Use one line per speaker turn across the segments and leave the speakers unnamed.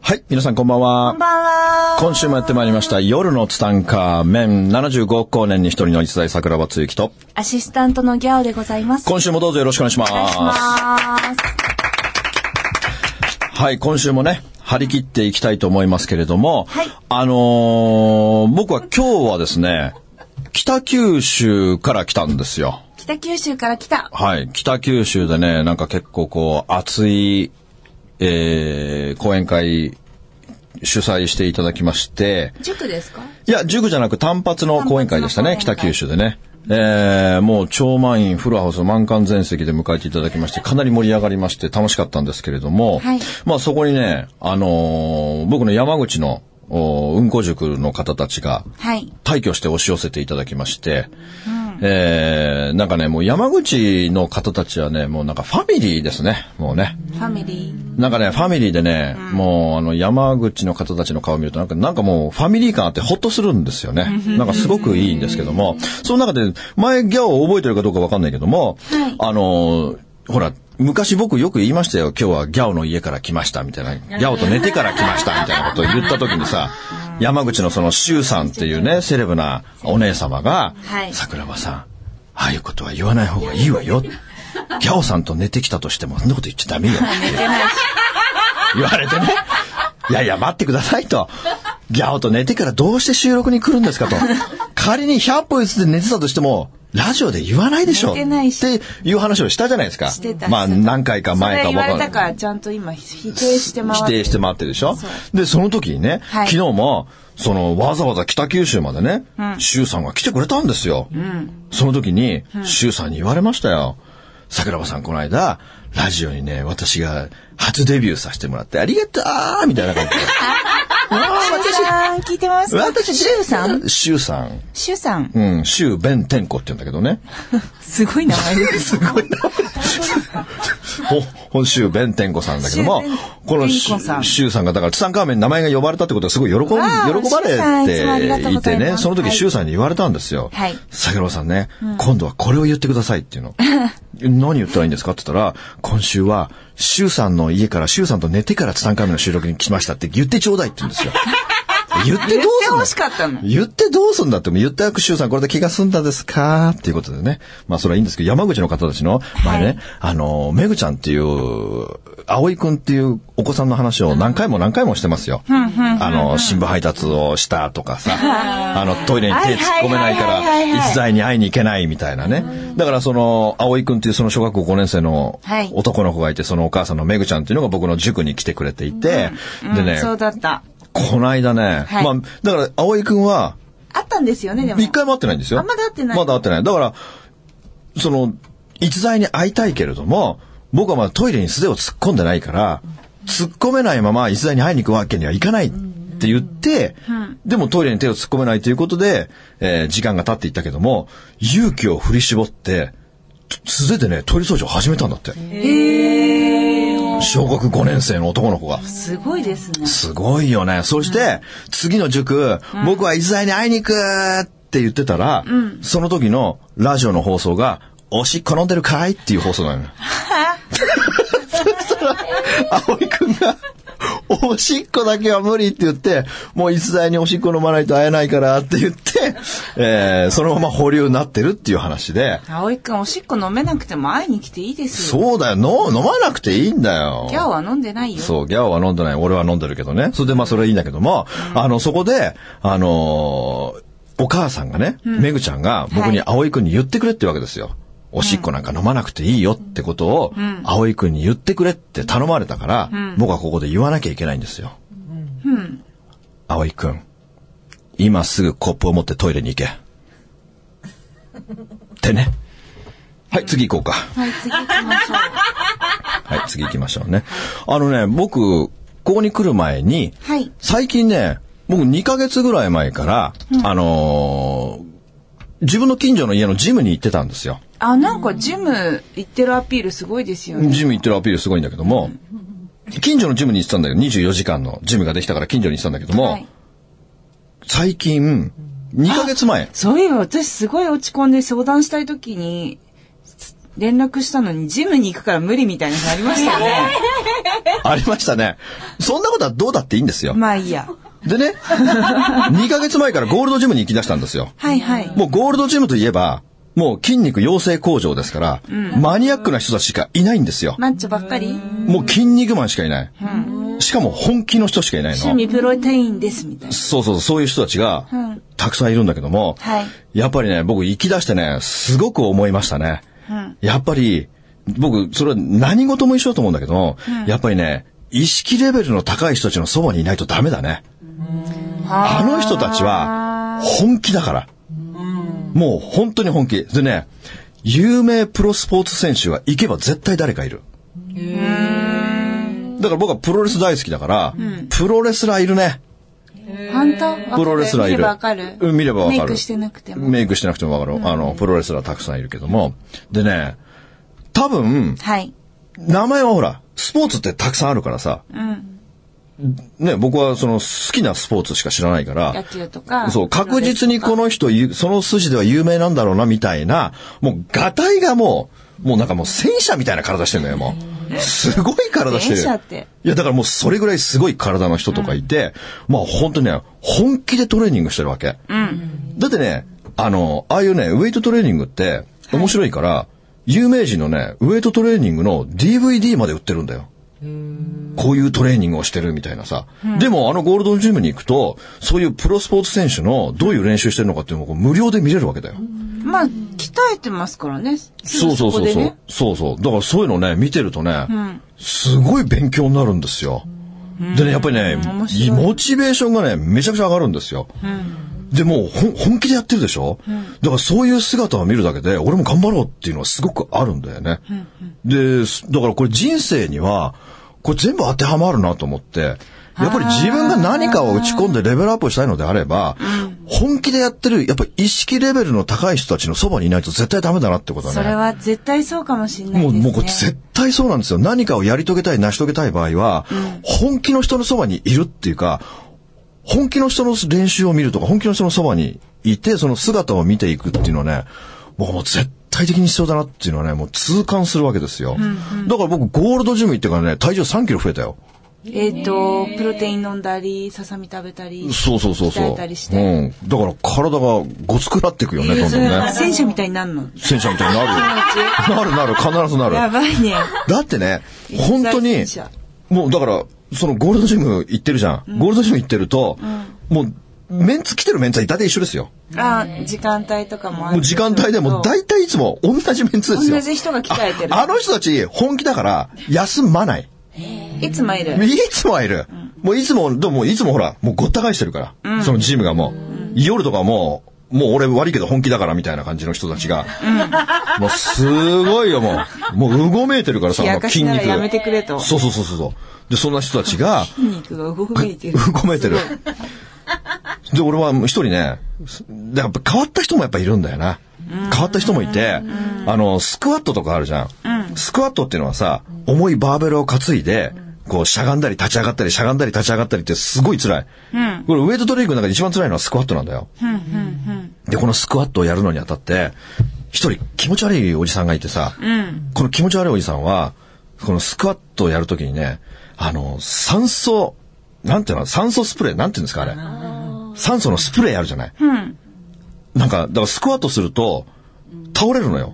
はい、皆さんこんばんは。
ばん
今週もやってまいりました、夜のツタンカーメン75億光年に一人の一大桜庭つゆきと、
アシスタントのギャオでございます。
今週もどうぞよろしくお願いします。
お願いします。
はい、今週もね、張り切っていきたいと思いますけれども、
はい
あのー僕は今日はですね、北九州から来たんですよ。
北九州から来た。
はい、北九州でね、なんか結構こう、熱い、えー、講演会、主催していただきまして、
塾ですか
いや、塾じゃなく単発の講演会でしたね、
単発の
北
講演会
九州でね。えー、もう超満員、フルハウス満館全席で迎えていただきまして、かなり盛り上がりまして楽しかったんですけれども、
はい
まあそこにね、あのー僕の山口の、おうんこ塾の方たちが、
はい。
退去して押し寄せていただきまして、えー、なんかね、もう山口の方たちはね、もうなんかファミリーですね、もうね。
ファミリー。
なんかね、ファミリーでね、もうあの山口の方たちの顔を見るとなんか、なんかもうファミリー感あってほっとするんですよね。なんかすごくいいんですけども、その中で、前ギャオを覚えてるかどうかわかんないけども、
はい
あのー、ほら、昔僕よく言いましたよ。今日はギャオの家から来ました、みたいな。ギャオと寝てから来ました、みたいなことを言った時にさ、山口のそのシュウさんっていうね、セレブなお姉様が、
はい
桜庭さん、ああいうことは言わない方がいいわよ。ギャオさんと寝てきたとしても、そんなこと言っちゃ ダメよ。言われてね。いやいや、待ってくださいと。ギャオと寝てからどうして収録に来るんですかと。仮に100歩譲って寝てたとしても、ラジオで言わないでしょ。
寝てないし
っていう話をしたじゃないですか。
してた
まあ、
してた
何回か前か
それ
僕
言われた
は。
から、ちゃんと今、否定して回
否
って
定して回ってるでしょ。で、その時にね、
はい
昨日も、その、わざわざ北九州までね、周、さんが来てくれたんですよ。その時に、周、さんに言われましたよ。桜庭さん、この間、ラジオにね、私が初デビューさせてもらって、ありがとうみたいな感じで。
シュウさん、聞いてます
私、
シュウさん
シュウさん。
シュウさん。
うん、シュウ弁天子って言うんだけどね。
すごい名前です。
ほ、 本州弁天子さんだけども
シュウ弁、
この
弁
シ
天子さ
ュ
ん
シュウさんが、だから、ツタンカーメンに名前が呼ばれたってことはすごい喜ん、喜
ー
ば
シュウさんいつもあり
れ
がと
て
う
い
ござ
て
います
ね、その時
はい
シュウさんに言われたんですよ。
はい
桜庭さんね、今度はこれを言ってくださいっていう の。何言ったらいいんですかって言ったら、今週は、シュウさんの家から、シュウさんと寝てからツタンカーメンの収録に来ましたって言ってちょうだいって言うんですよ。言ってどうすんの
言って欲しかったの
言ってどうすんだって、言った握手さんこれで気が済んだですかっていうことでね。まあそれはいいんですけど、山口の方たちの前ね、あの、めぐちゃんっていう、葵くんっていうお子さんの話を何回も何回もしてますよ。あの、新聞配達をしたと かさ、あの、トイレに手突っ込めないか
はいはいはいはいは
ら、
い
逸材に会いに行けないみたいなね。だからその、葵くんっていうその小学校5年生の
はい
男の子がいて、そのお母さんのめぐちゃんっていうのが僕の塾に来てくれていて、でね、
そうだった。
こないだね。
はい
まあ、だから、葵くんは、
あったんですよね、でも。
一回も会ってないんですよ。
あまだ会ってない
まだ会ってない。だから、その、逸材に会いたいけれども、僕はまだトイレに素手を突っ込んでないから、突っ込めないまま逸材に会いに行くわけにはいかないって言って、でもトイレに手を突っ込めないということで、えー時間が経っていったけども、勇気を振り絞って、素手でね、トイレ掃除を始めたんだって。小学5年生の男の子が。
すごいですね。
すごいよね。そして、次の塾、僕は逸材に会いに行くって言ってたら、その時のラジオの放送が、おしっこ飲んでるかいっていう放送なのよ。葵くんが、おしっこだけは無理って言って、もう逸材におしっこ飲まないと会えないからって言って、えーそのまま保留になってるっていう話で、
葵くん、おしっこ飲めなくても会いに来ていいですよ。
そうだよ、の飲まなくていいんだよ。
ギャオは飲んでないよ。
そう、ギャオは飲んでない。俺は飲んでるけどね。それでまあそれはいいんだけども、あの、そこで、あのーお母さんがね、めぐちゃんが僕に
は
葵くんに言ってくれってわけですよ。おしっこなんか飲まなくていいよってことを、葵くんに言ってくれって頼まれたから、僕はここで言わなきゃいけないんですよ。葵くん、今すぐコップを持ってトイレ に行け。ってね。はい、次行こうか。
はい、次行きましょう。
はい、次行きましょうね。あのね、僕、ここに来る前に、
はい
最近ね、僕2ヶ月ぐらい前から、あのー自分の近所の家のジムに行ってたんですよ。
あ、なんかジム行ってるアピールすごいですよね。
ジム行ってるアピールすごいんだけども、近所のジムに行ってたんだけど、24時間のジムができたから近所に行ってたんだけども、
はい
最近、2ヶ月前、
そういえば私すごい落ち込んで相談したい時に、連絡したのにジムに行くから無理みたいなのありま したよね。
ありましたね。そんなことはどうだっていいんですよ。
まあいいや。
で ね、2ヶ月前からゴールドジムに行き出したんですよ。
はいはい。
もうゴールドジムといえば、もう筋肉養成工場ですから、マニアックな人たちしかいないんですよ。
マッチョばっかり
もう筋肉マンしかいない。しかも本気の人しかいない
趣
の。
味プロテインですみたいな。
そうそう、そういう人たちが
うん、
たくさんいるんだけども、
はい
やっぱりね、僕行き出してね、すごく思いましたね。やっぱり、僕、それは何事も一緒だと思うんだけども、やっぱりね、意識レベルの高い人たちのそばにいないとダメだね。あの人たちは、本気だから。もう本当に本気。でね、有名プロスポーツ選手は行けば絶対誰かいる。だから僕はプロレス大好きだから、プロレスラーいるね。
本当
プロレスラーいる。
見ればわかる。
うん見ればわかる。
メイクしてなくても。
メイクしてなくてもわかる。あの、プロレスラーたくさんいるけども。でね、多分、
はい。
名前はほら、スポーツってたくさんあるからさ、
うん。
ね、僕はその好きなスポーツしか知らないから、
野球とか。
そう、確実にこ
の。
の人、ゆその筋では有名なんだろうな、みたいな、もう、ガタイがもう、もうなんかもう戦車みたいな体してるのよ、もう。すごい体してる。
戦車って
いや、だからもうそれぐらいすごい体の人とかいて、まあ本当にね、本気でトレーニングしてるわけ。だってね、あの、ああいうね、ウェイトトレーニングって、面白いから、有名人のね、ウェイトトレーニングの DVD まで売ってるんだよ。こういうトレーニングをしてるみたいなさ。でもあのゴールドジムに行くと、そういうプロスポーツ選手のどういう練習してるのかっていうのをこう無料で見れるわけだよ。
まあ、鍛えてますからね。すぐ
そうそう
こ
そう
で
そう、
ね
そうそう。だからそういうのね、見てるとね、
ん
すごい勉強になるんですよ。でね、やっぱりね、
面白い
モチベーションがね、めちゃくちゃ上がるんですよ。で、もうほん本気でやってるでしょ、だからそういう姿を見るだけで、俺も頑張ろうっていうのはすごくあるんだよね。で、だからこれ人生には、これ全部当てはまるなと思って、やっぱり自分が何かを打ち込んでレベルアップしたいのであれば、本気でやってる、やっぱり意識レベルの高い人たちのそばにいないと絶対ダメだなってことはね。
それは絶対そうかもしれない
も
で
う、
すね。
もうこれ絶対そうなんですよ。何かをやり遂げたい、成し遂げたい場合は、本気の人のそばにいるっていうか、本気の人の練習を見るとか、本気の人のそばにいて、その姿を見ていくっていうのはね、僕もう絶対的に必要だなっていうのはね、もう痛感するわけですよ。だから僕、ゴールドジム行ってからね、体重3キロ増えたよ。
えっ、と、プロテイン飲んだり、ささみ食べたり。
そうそうそう
鍛
そ
えたりし
う。
て。
うん。だから体がごつくなっていくよね、どんどん ね。
戦車みたいになるの。
戦車みたいに なるよ。なるなる、必ずなる。
やばいね。
だってね、本当に
一大戦車、
もうだから、そのゴールドジム行ってるじゃん。ゴールドジム行ってると、もう、メンツ来てるメンツは大体一緒ですよ。
あ、時間帯とかもある
もう時間帯でも大体いつも同じメンツですよ。
同じ人が鍛えてる
ああの人たち本気だから休まない。
いつもいる。
いつもはいる。もういつも、でももういつもほら、もうごった返してるから。そのジムがもう、夜とかもう、もう俺悪いけど本気だからみたいな感じの人たちが、もうすごいよもう、もううごめいてるからさ、
冷
も
や
う
か
筋
しなら
肉。
やめてくれと。
そうそうそうそうそう。で、そんな人たちが、
筋肉が動いて
う
る。
ごめいてる。で、俺は一人ね、でやっぱ変わった人もやっぱいるんだよな。変わった人もいて、あの、スクワットとかあるじゃん。スクワットっていうのはさ、重いバーベルを担いで、こう、しゃがんだり立ち上がったり、しゃがんだり立ち上がったりってすごい辛い。これ、ウェイトトレーニングの中で一番辛いのはスクワットなんだよ。で、このスクワットをやるのにあたって、一人気持ち悪いおじさんがいてさ、この気持ち悪いおじさんは、このスクワットをやるときにね、あの、酸素、なんていうの、酸素スプレー、なんていうんですか、あれ。酸素のスプレーあるじゃない。なんか、だからスクワットすると、倒れるのよ。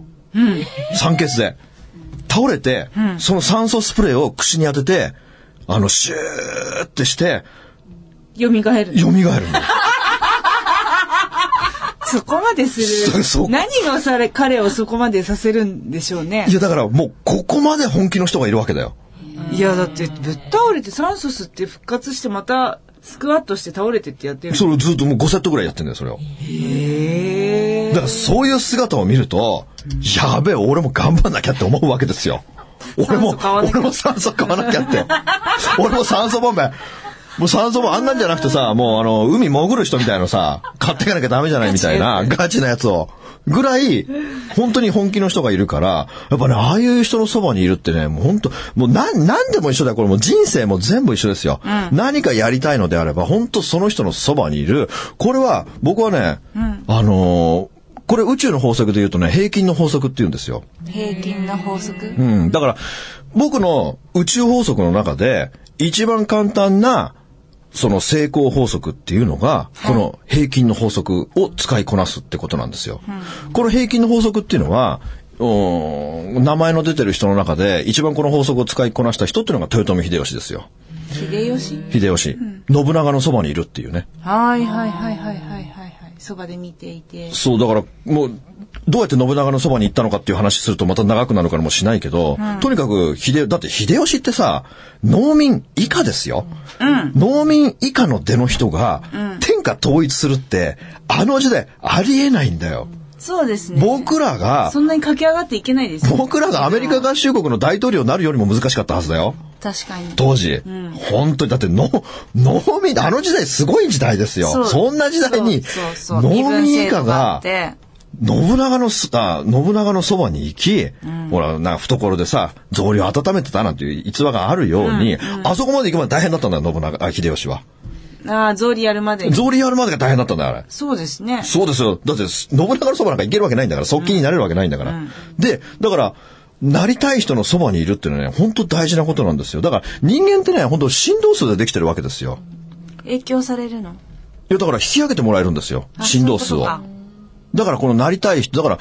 酸欠で。倒れて、その酸素スプレーを口に当てて、あの、シューってして、
蘇
蘇
る。
る の。
そこまです
そそ
る。何がされ、彼をそこまでさせるんでしょうね
い。や、だからもう、ここまで本気の人がいるわけだよ。
いや、だって、ぶっ倒れて酸素吸って復活してまた、スクワットして倒れてってやってる。
それをずっともう5セットぐらいやってんだよ、それを。
へ
だからそういう姿を見ると、やべえ、俺も頑張んなきゃって思うわけですよ。俺も
酸素買わ、な
俺も酸素買わな
きゃ
きゃって。俺も酸素ボンベ。もう酸素もあんなんじゃなくてさ、もうあの、海潜る人みたいのさ、買っていかなきゃダメじゃないみたいな、ガチなやつを。ぐらい、本当に本気の人がいるから、やっぱね、ああいう人のそばにいるってね、もう本当、もうなん、なんでも一緒だよ。これもう人生も全部一緒ですよ。何かやりたいのであれば、本当その人のそばにいる。これは、僕はね、あのーこれ宇宙の法則で言うとね、平均の法則って言うんですよ。
平均の法則
うん。だから、僕の宇宙法則の中で、一番簡単な、その成功法則っていうのが、この平均の法則を使いこなすってことなんですよ。この平均の法則っていうのは、うん名前の出てる人の中で、一番この法則を使いこなした人っていうのが豊臣秀吉ですよ。
秀吉
秀吉。信長のそばにいるっていうね。
はいはいはいはいはいはいはい。そばで見ていて。
そう、だから、もう、どうやって信長のそばに行ったのかっていう話するとまた長くなるからもうしないけど、とにかく、秀、だって秀吉ってさ、農民以下ですよ。農民以下の出の人が、天下統一するって、あの時代ありえないんだよ。
そうですね。
僕らが、
そんなに駆け上がっていけないですよ。
僕らがアメリカ合衆国の大統領になるよりも難しかったはずだよ。
確かに。
当時。本当に、だって、の、農民、あの時代すごい時代ですよ。そんな時代に、
そうそうそう
農民以下が
身分制度あっ、て
信長のす、あ、信長のそばに行き、ほら、なんか懐でさ、草履を温めてたなんていう逸話があるように、あそこまで行くまで大変だったんだよ、信長、あ、秀吉は。
ああ、草履やるまでに
草。履やるまでが大変だったんだよ、あれ。
そうですね。
そうですよ。だって、信長のそばなんか行けるわけないんだから、側近になれるわけないんだから。で、だから、なりたい人のそばにいるっていうのはね、本当大事なことなんですよ。だから、人間ってね、本当振動数でできてるわけですよ。
影響されるの。
いや、だから引き上げてもらえるんですよ。振動数
そうい
を。
うことか
だからこのなりたい人、だから、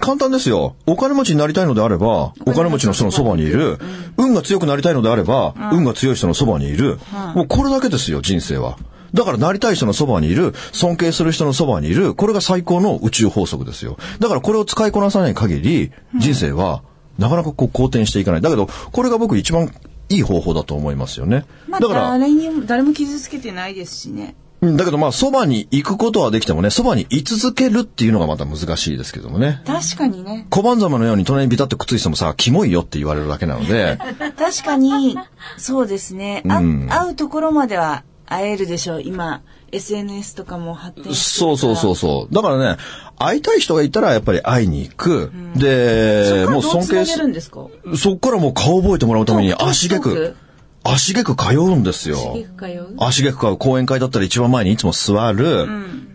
簡単ですよ。お金持ちになりたいのであれば、お金持ちの人のそばにいる。運が強くなりたいのであれば、運が強い人のそばにいる。もうこれだけですよ、人生は。だからなりたい人のそばにいる、尊敬する人のそばにいる、これが最高の宇宙法則ですよ。だからこれを使いこなさない限り、人生は、なかなかこう好転していかない。だけど、これが僕一番いい方法だと思いますよね。
まあ、
だから、
誰にも、誰も傷つけてないですしね。
うんだけどまあ、そばに行くことはできてもね、そばに居続けるっていうのがまた難しいですけどもね。
確かにね。
小判ざまのように隣にビタッとくっついてもさ、キモいよって言われるだけなので、
確かに、そうですね。あ、
うん
会うところまでは会えるでしょう。今、SNS とかも発展して
そ
る
うそうそううそう。だからね、会いたい人がいたらやっぱり会いに行く。
そ
で、
っから
も
ど
う
う
尊敬
つなげるんですか
そっからもう顔覚えてもらうために
トーク
足げ
トー
く
ク、
足げく通うんですよ。
刺激通う
足がくか講演会だったら一番前にいつも座る、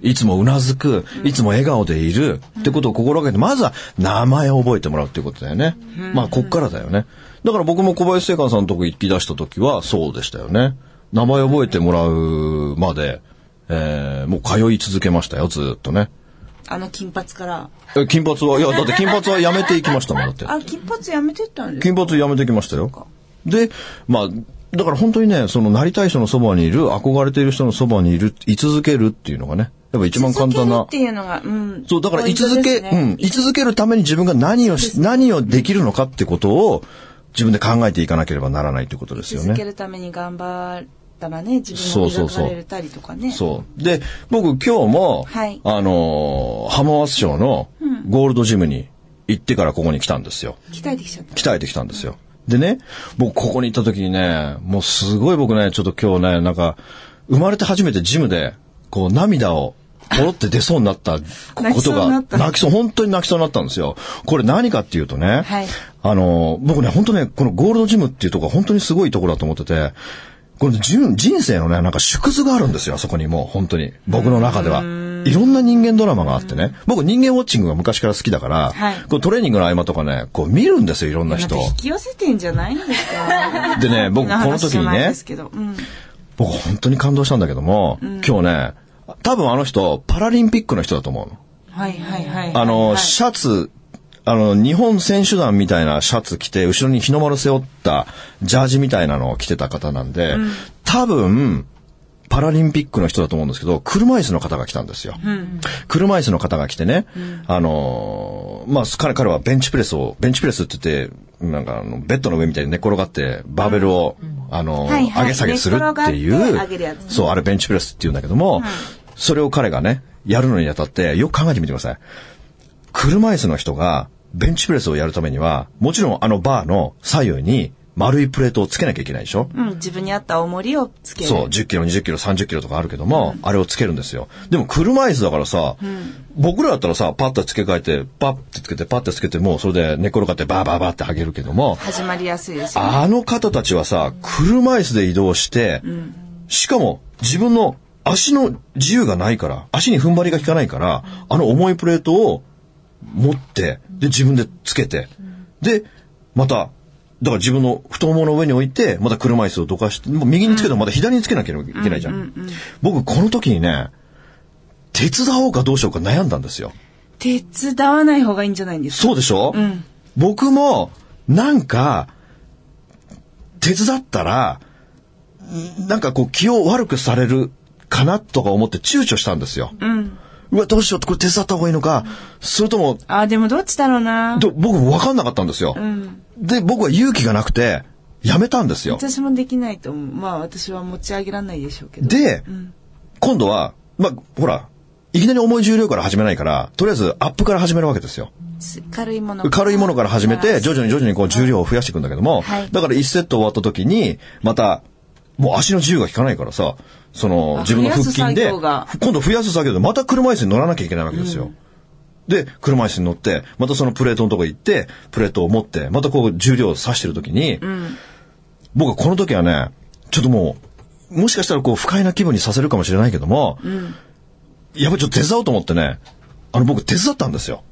いつもうなずく、いつも笑顔でいる、ってことを心がけて、まずは名前を覚えてもらうっていうことだよね。まあ、こっからだよね。だから僕も小林聖寛さんのとこ行き出した時はそうでしたよね。名前覚えてもらうまで、えーもう通い続けましたよ、ずーっとね。
あの金髪から。
え金髪は、いや、だって金髪はやめていきましたもん、 だって。
あ、金髪やめてったんですか
金髪やめてきましたよ。で、まあ、だから本当にね、そのなりたい人のそばにいる、憧れている人のそばにいる、居続けるっていうのがね、やっぱ一番簡単
続ける
な
っ。ていうのが、うん。
そう、だから居続
ポイ
け、
ントです
う
ね
ん、居続けるために自分が何をし、何をできるのかってことを自分で考えていかなければならないってことですよ
続け
ね。
るために頑張ったらね、自分
そうそ
を
うそう
磨かれたりとかね。
そう。で、僕今日も、
はい
あのー、浜松町のゴールドジムに行ってからここに来たんですよ。
鍛えてきちゃった。
鍛えてきたんですよ。でね、僕ここに行った時にね、もうすごい僕ね、ちょっと今日ね、なんか、生まれて初めてジムで、こう涙を、ポロって出そうになったこと
泣きそうにな
が
っ、た
泣きそう、本当に泣きそうになったんですよ。これ何かっていうとね、
はい
あの、僕ね、本当ね、このゴールドジムっていうとこが本当にすごいところだと思ってて、この人人生のね、なんか縮図があるんですよ、あそこにもう、本当に。僕の中では。いろんな人間ドラマがあってね。僕人間ウォッチングが昔から好きだから、
はい
こうトレーニングの合間とかね、こう見るんですよ、いろんな
なん
人
か
を
引き寄せてんじゃないんですか
でね、僕こ
変な
の
話
時
じゃ
に
ない
ね
です、けどうん
僕本当に感動したんだけども、今日ね、多分あの人、パラリンピックの人だと思うの。
はいはいはい。
あの、
はい
シャツ、あの、日本選手団みたいなシャツ着て、後ろに日の丸背負ったジャージみたいなのを着てた方なんで、多分、パラリンピックの人だと思うんですけど、車椅子の方が来たんですよ。車椅子の方が来てね、あのー、まあ、彼彼はベンチプレスを、ベンチプレスって言って、なんかあの、ベッドの上みたいに寝転がって、バーベルを、あのー、
はいはい
上げ下げするってい
寝
う、
転がって上げるやつね
そう、あれベンチプレスって言うんだけども、それを彼がね、やるのにあたって、よく考えてみてください。車椅子の人が、ベンチプレスをやるためには、もちろんあのバーの左右に丸いプレートをつけなきゃいけないでしょ
うん、自分に合った重りをつける。
そう、10キロ、20キロ、30キロとかあるけども、あれをつけるんですよ。でも車椅子だからさ、僕らだったらさ、パッと付け替えて、パッてつけて、パッてつけて、もうそれで寝転がってバーバーバーってあげるけども、
始まりやすいですよね。
あの方たちはさ、車椅子で移動して、しかも自分の足の自由がないから、足に踏ん張りが効かないから、あの重いプレートを持って、で、自分でつけて、で、また、だから自分の太ももの上に置いて、また車椅子をどかして、もう右につけてもまた左につけなきゃいけないじゃん。僕、この時にね、手伝おうかどうしようか悩んだんですよ。
手伝わない方がいいんじゃないんですか
そうでしょ、
ん
僕も、なんか、手伝ったら、んなんかこう気を悪くされるかなとか思って躊躇したんですよ。
うん。
うわ、どうしようってこれ手伝った方がいいのか、それとも、
あー、でもどっちだろうな。
ど僕分かんなかったんですよ。
うん。
で、僕は勇気がなくて、やめたんですよ。
私もできないと思う。まあ私は持ち上げられないでしょうけど。
で、
ん
今度は、まあ、ほら、いきなり重い重量から始めないから、とりあえずアップから始めるわけですよ。
す軽いもの。
軽いものから始めて、徐々に徐々にこう重量を増やしていくんだけども、
はい
だから1セット終わった時に、また、もう足の自由が効かないからさ、その
あ
自分の腹筋
増やす
で、
作業が
今度増やす作業でまた車椅子に乗らなきゃいけないわけですよ。で、車椅子に乗って、またそのプレートのとこ行って、プレートを持って、またこう重量を刺してる時に、僕はこの時はね、ちょっともう、もしかしたらこう不快な気分にさせるかもしれないけども、やっぱちょっと手伝おうと思ってね、あの僕手伝ったんですよ。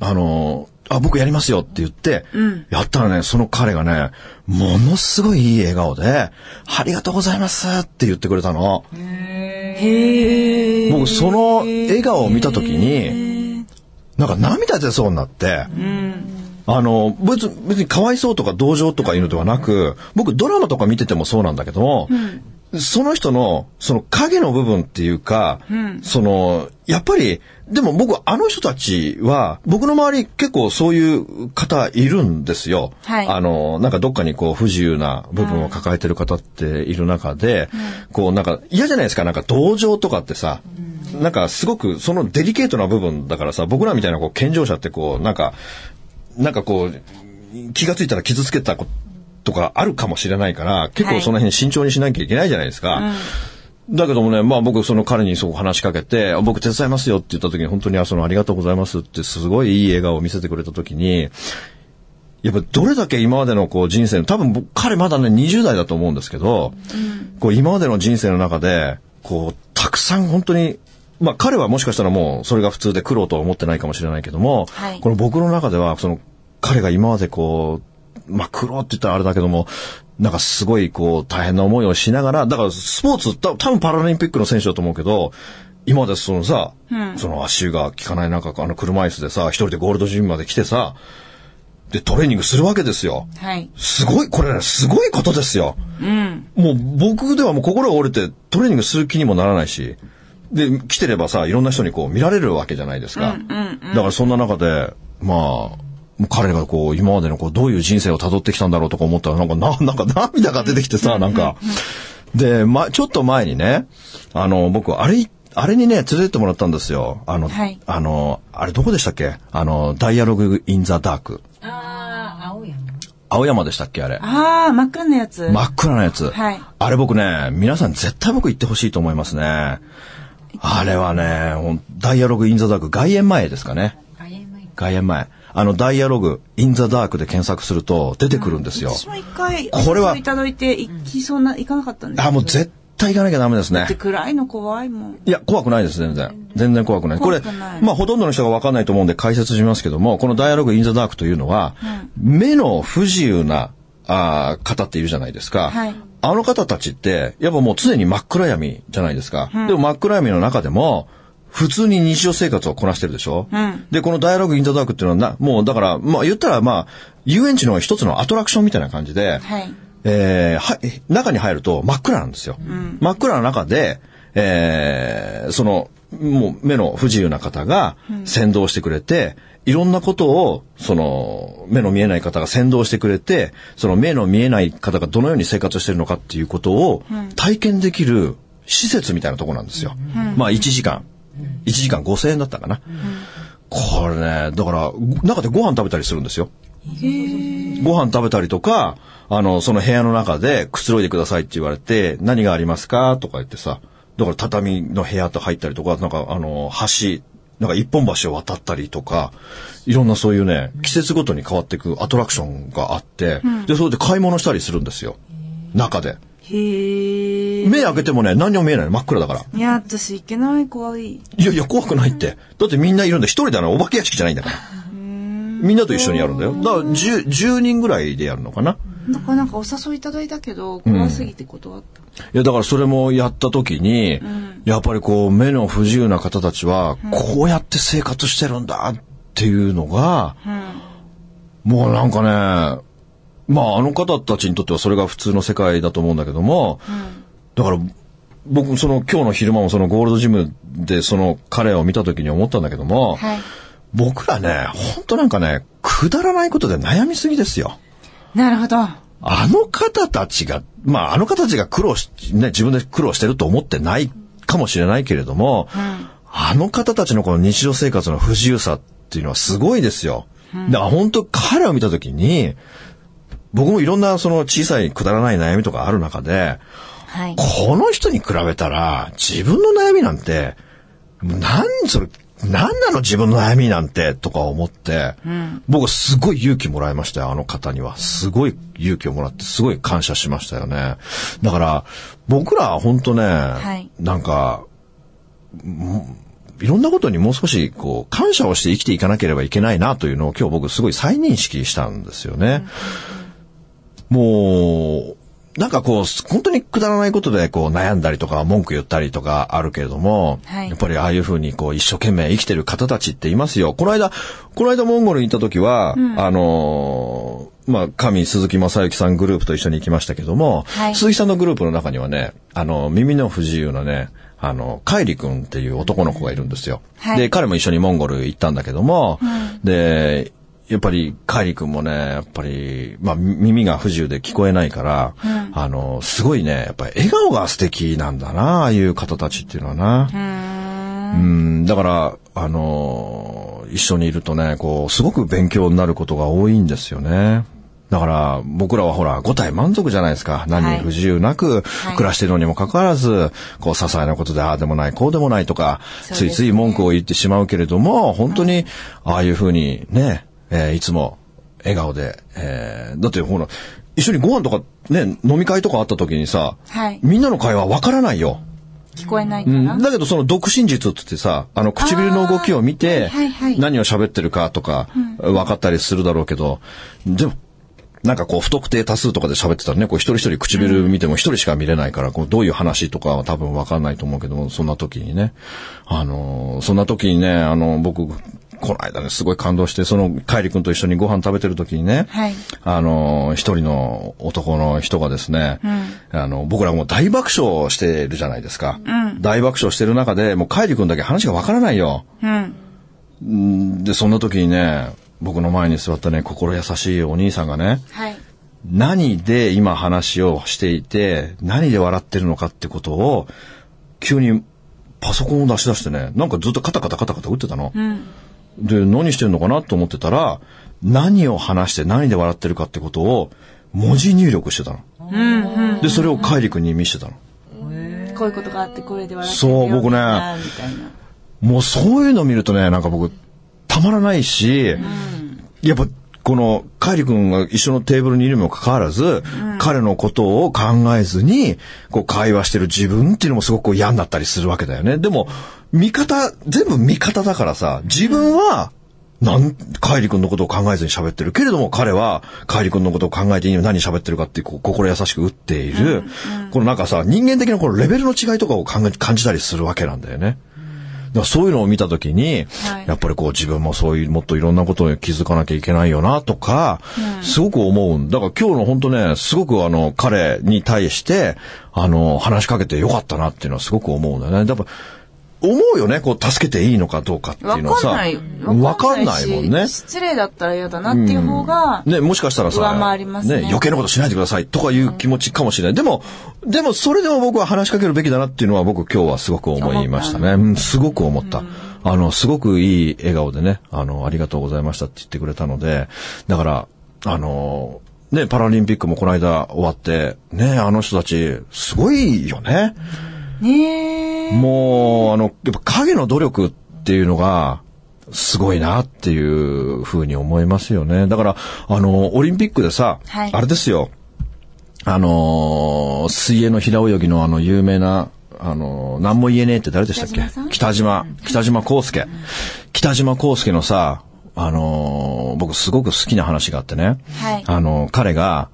あの、あ、僕やりますよって言って、やったらね、その彼がね、ものすごいいい笑顔で、ありがとうございますって言ってくれたの。
へー
僕その笑顔を見た時に、なんか涙出そうになって、あの、別に、別にかわいそうとか同情とかいうのではなく、僕ドラマとか見ててもそうなんだけども、その人の、その影の部分っていうか、その、やっぱり、でも僕あの人たちは、僕の周り結構そういう方いるんですよ。
はい
あの、なんかどっかにこう不自由な部分を抱えてる方っている中で、こうなんか嫌じゃないですか、なんか同情とかってさ、なんかすごくそのデリケートな部分だからさ、僕らみたいなこう健常者ってこうなんか、なんかこう、気がついたら傷つけたことがあるかもしれないから、結構その辺慎重にしなきゃいけないじゃないですか。だけどもね、まあ僕その彼にそう話しかけて、あ僕手伝いますよって言った時に本当にあそのありがとうございますってすごいいい笑顔を見せてくれた時に、やっぱどれだけ今までのこう人生の、多分僕彼まだね20代だと思うんですけど、こう今までの人生の中で、こうたくさん本当に、まあ彼はもしかしたらもうそれが普通で苦労とは思ってないかもしれないけども、
はい
この僕の中ではその彼が今までこう、まあ苦労って言ったらあれだけども、なんかすごいこう大変な思いをしながら、だからスポーツ、た多分パラリンピックの選手だと思うけど、今までそのさ、その足が効かない中、あの車椅子でさ、一人でゴールドジムまで来てさ、で、トレーニングするわけですよ。
はい。
すごい、これね、すごいことですよ。
うん。
もう僕ではもう心が折れてトレーニングする気にもならないし、で、来てればさ、いろんな人にこう見られるわけじゃないですか。だからそんな中で、まあ、彼がこう、今までのこう、どういう人生を辿ってきたんだろうとか思ったら、なんか、な、なんか涙が出てきてさ、なんか。で、ま、ちょっと前にね、あの、僕、あれ、あれにね、連れてってもらったんですよ。あの、
はい
あの、あれどこでしたっけあの、ダイアログ・イン・ザ・ダーク。
ああ、青や。
青山でしたっけあれ。
ああ、真っ赤なやつ。
真っ暗なやつ。
はい
あれ僕ね、皆さん絶対僕行ってほしいと思いますね。あれはね、ほんダイアログインザダーク、外苑前ですかね。
あやまい。
外苑前。あの、ダイアログインザダークで検索すると出てくるんですよ。
私も一回、
これは
お誘いいただいて、行きそうな、行かなかったんですけど
あ、もう絶対行かなきゃダメですね
だって。暗いの怖いもん。
いや、怖くないです、全然。全然怖くない。これ
怖くな、い
まあ、ほとんどの人がわかんないと思うんで解説しますけども、このダイアログインザダークというのは、目の不自由な、あー方っているじゃないですか。
はい
あの方たちって、やっぱもう常に真っ暗闇じゃないですか。でも真っ暗闇の中でも、普通に日常生活をこなしてるでしょ、
ん
で、このダイアログインザダークっていうのはな、もうだから、まあ言ったらまあ、遊園地の一つのアトラクションみたいな感じで、
はい。
えーは、中に入ると真っ暗なんですよ。真っ暗な中で、えーその、もう目の不自由な方が先導してくれて、いろんなことを、その、目の見えない方が先導してくれて、その目の見えない方がどのように生活してるのかっていうことを体験できる施設みたいなとこなんですよ。まあ1時間。1時間5000円だったかな。これね、だから、中でご飯食べたりするんですよ。ご飯食べたりとか、あの、その部屋の中でくつろいでくださいって言われて、何がありますかとか言ってさ、だから畳の部屋と入ったりとか、なんかあの、橋、なんか一本橋を渡ったりとか、いろんなそういうね、季節ごとに変わっていくアトラクションがあって、で、それで買い物したりするんですよ。中で。
へえ。
目開けてもね、何にも見えないの真っ暗だから。
いや、私行けない、怖い。
いやいや、怖くないって。だってみんないるんだ。一人だな。お化け屋敷じゃないんだから。みんなと一緒にやるんだよ。だから10、10人ぐらいでやるのかな。
だからなんかお誘いいただいたけど、怖すぎて断った。
いや、だからそれもやった時に、やっぱりこう、目の不自由な方たちは、こうやって生活してるんだっていうのが、もうなんかね、まああの方たちにとってはそれが普通の世界だと思うんだけども、だから、僕、その今日の昼間もそのゴールドジムでその彼を見た時に思ったんだけども、
はい。
僕らね、ほんとなんかね、くだらないことで悩みすぎですよ。
なるほど。
あの方たちが、まあ、あの方たちが苦労し、ね、自分で苦労してると思ってないかもしれないけれども、あの方たちのこの日常生活の不自由さっていうのはすごいですよ。だから本当彼を見たときに、僕もいろんなその小さいくだらない悩みとかある中で、
はい。
この人に比べたら、自分の悩みなんて、何それ、何なの自分の悩みなんて、とか思って、僕はすごい勇気もらいましたよ、あの方には。すごい勇気をもらって、すごい感謝しましたよね。だから、僕らは本当ね、
い
なんか、いろんなことにもう少し、こう、感謝をして生きていかなければいけないなというのを今日僕すごい再認識したんですよね。もう、なんかこう、本当にくだらないことでこう悩んだりとか文句言ったりとかあるけれども、
はい
やっぱりああいうふうにこう一生懸命生きてる方たちっていますよ。この間、この間モンゴルに行った時は、あのーまあ、神鈴木正幸さんグループと一緒に行きましたけども、
はい
鈴木さんのグループの中にはね、あの、耳の不自由なね、あの、カイリ君っていう男の子がいるんですよ。
はい
で、彼も一緒にモンゴル行ったんだけども、で、やっぱり、カイリ君もね、やっぱり、まあ、耳が不自由で聞こえないから、あの、すごいね、やっぱり笑顔が素敵なんだな、ああいう方たちっていうのはな。うん、だから、あのー一緒にいるとね、こう、すごく勉強になることが多いんですよね。だから、僕らはほら、五体満足じゃないですか。何に不自由なく暮らしてるのにもかかわらず、こう、些細なことで、ああでもない、こうでもないとか、ついつい文句を言ってしまうけれども、本当に、ああいうふうにね、えーいつも笑顔で、えーだってほら、一緒にご飯とか、ね、飲み会とかあった時にさ、
はい
みんなの会話わからないよ。
聞こえないから。
うんだけどその独身術って言ってさ、あの唇の動きを見て
はいはいはい、
何を喋ってるかとか、分かったりするだろうけど、でも、なんかこう不特定多数とかで喋ってたらね、こう一人一人唇見ても一人しか見れないから、こうどういう話とかは多分分かんないと思うけども、そんな時にね、あのー、そんな時にね、あの、僕、この間ね、すごい感動して、その、カイリ君と一緒にご飯食べてる時にね、
はい
あの、一人の男の人がですね、あの、僕らもう大爆笑してるじゃないですか。大爆笑してる中で、もうカイリ君だけ話がわからないよ。
うん。
うんで、そんな時にね、僕の前に座ったね、心優しいお兄さんがね、
はい。
何で今話をしていて、何で笑ってるのかってことを、急にパソコンを出し出してね、なんかずっとカタカタカタカタ打ってたの。で、何してんのかなと思ってたら、何を話して何で笑ってるかってことを、文字入力してたの。で、それをカイリ君に見せてたの。
こういうことがあって、これで笑って
そう
みよ
僕ね
かなみたいな。
もうそういうの見るとね、なんか僕、たまらないし、やっぱ、この、カイリ君が一緒のテーブルにいるにもかかわらず、彼のことを考えずに、こう、会話してる自分っていうのもすごくこう嫌になったりするわけだよね。でも、味方、全部味方だからさ、自分は、なん、カイリ君のことを考えずに喋ってる。けれども彼は、カイリ君のことを考えていいのに何喋ってるかって、こう、心優しく打っている。このなんかさ、人間的なこのレベルの違いとかを考え感じたりするわけなんだよね。だからそういうのを見たときに、
はい
やっぱりこう自分もそういうもっといろんなことに気づかなきゃいけないよなとか、すごく思うんだから今日の本当ね、すごくあの彼に対して、あの話しかけてよかったなっていうのはすごく思うんだよね。だから思うよね、こう助けていいのかどうかっていう
わ
のはさ。
かんない。
わかんないもんね。
失礼だったら嫌だなっていう方が、
ね、もしかしたらさ、
上回りますね
余計なことしないでくださいとかいう気持ちかもしれない。でも、でもそれでも僕は話しかけるべきだなっていうのは僕今日はすごく思いましたね。うんすごく思った。あの、すごくいい笑顔でね、あの、ありがとうございましたって言ってくれたので、だから、あの、ね、パラリンピックもこの間終わって、ね、あの人たち、すごいよね。
ねえ。
もう、あの、やっぱ影の努力っていうのが、すごいなっていうふうに思いますよね。だから、あの、オリンピックでさ、
はい
あれですよ、あのー水泳の平泳ぎのあの、有名な、あのー、何も言えねえって誰でしたっけ
北島さん
北島、北島康介。北島康介のさ、あのー僕すごく好きな話があってね、
はい
あのー彼が、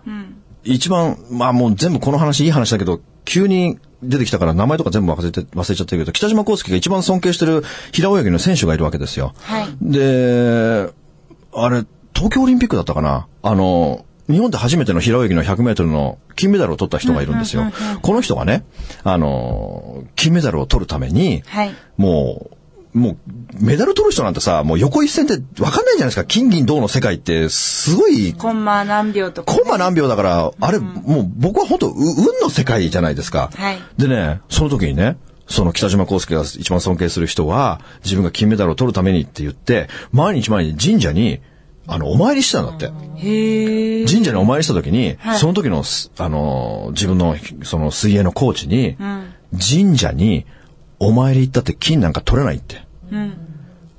一番、まあもう全部この話いい話だけど、急に出てきたから名前とか全部忘れて、忘れちゃってるけど、北島康介が一番尊敬してる平泳ぎの選手がいるわけですよ。
はい
で、あれ、東京オリンピックだったかなあの、日本で初めての平泳ぎの100メートルの金メダルを取った人がいるんですよ。この人がね、あの、金メダルを取るために、
はい
もう、もう、メダル取る人なんてさ、もう横一線で分かんないじゃないですか。金銀銅の世界って、すごい
コンマ何秒とか。
コンマ何秒だから、あれ、もう僕は本当う運の世界じゃないですか。
はい
でね、その時にね、その北島康介が一番尊敬する人は、自分が金メダルを取るためにって言って、毎日毎日神社に、あの、お参りしてたんだって。
へえ。
神社にお参りした時に、
はい
その時のす、あのー、自分の、その水泳のコーチに、
ん
神社にお参り行ったって金なんか取れないって。
うん。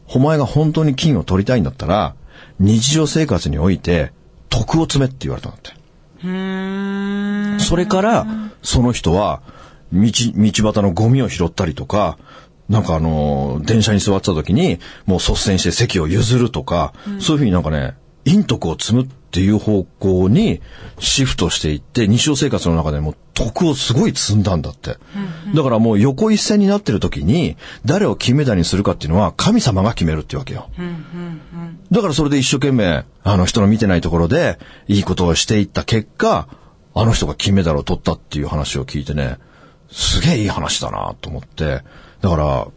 お前が本当に金を取りたいんだったら、日常生活において、徳を積めって言われたんだって。
うーん。
それから、その人は、道、道端のゴミを拾ったりとか、なんかあのー電車に座ってた時に、もう率先して席を譲るとか、そういうふうになんかね、陰徳を積むっていう方向にシフトしていって、日常生活の中でもう徳をすごい積んだんだって。だからもう横一線になってる時に、誰を金メダルにするかっていうのは神様が決めるっていうわけよ。だからそれで一生懸命、あの人の見てないところで、いいことをしていった結果、あの人が金メダルを取ったっていう話を聞いてね、すげえいい話だなと思って、だから、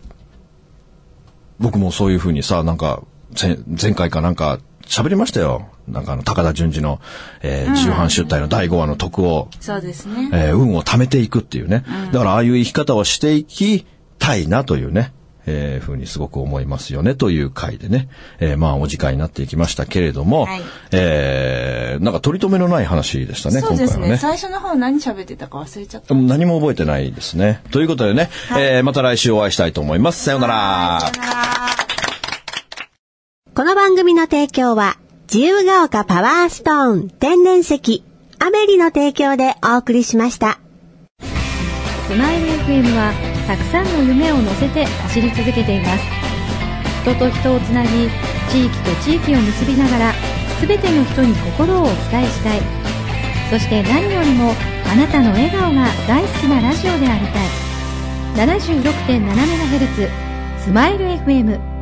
僕もそういう風にさ、なんか、前前回かなんか喋りましたよ。なんかあの、高田純次の、えー、重版出体の第5話の徳を、
そうですね。
えー運を貯めていくっていうね。だからああいう生き方をしていきたいなというね、えーふうにすごく思いますよねという回でね、えーまあお時間になっていきましたけれども、
はい
えーなんか取り留めのない話でしたね、
そうです
今回は
ね。
ね。
最初の方何喋ってたか忘れちゃった。
もう何も覚えてないですね。ということでね、えーまた来週お会いしたいと思います。さようなら。
この番組の提供は、自由が丘パワーストーン天然石、アメリの提供でお送りしました。
スマイル FM はたくさんの夢を乗せて走り続けています人と人をつなぎ地域と地域を結びながら全ての人に心をお伝えしたいそして何よりもあなたの笑顔が大好きなラジオでありたい 76.7MHz スマイル FM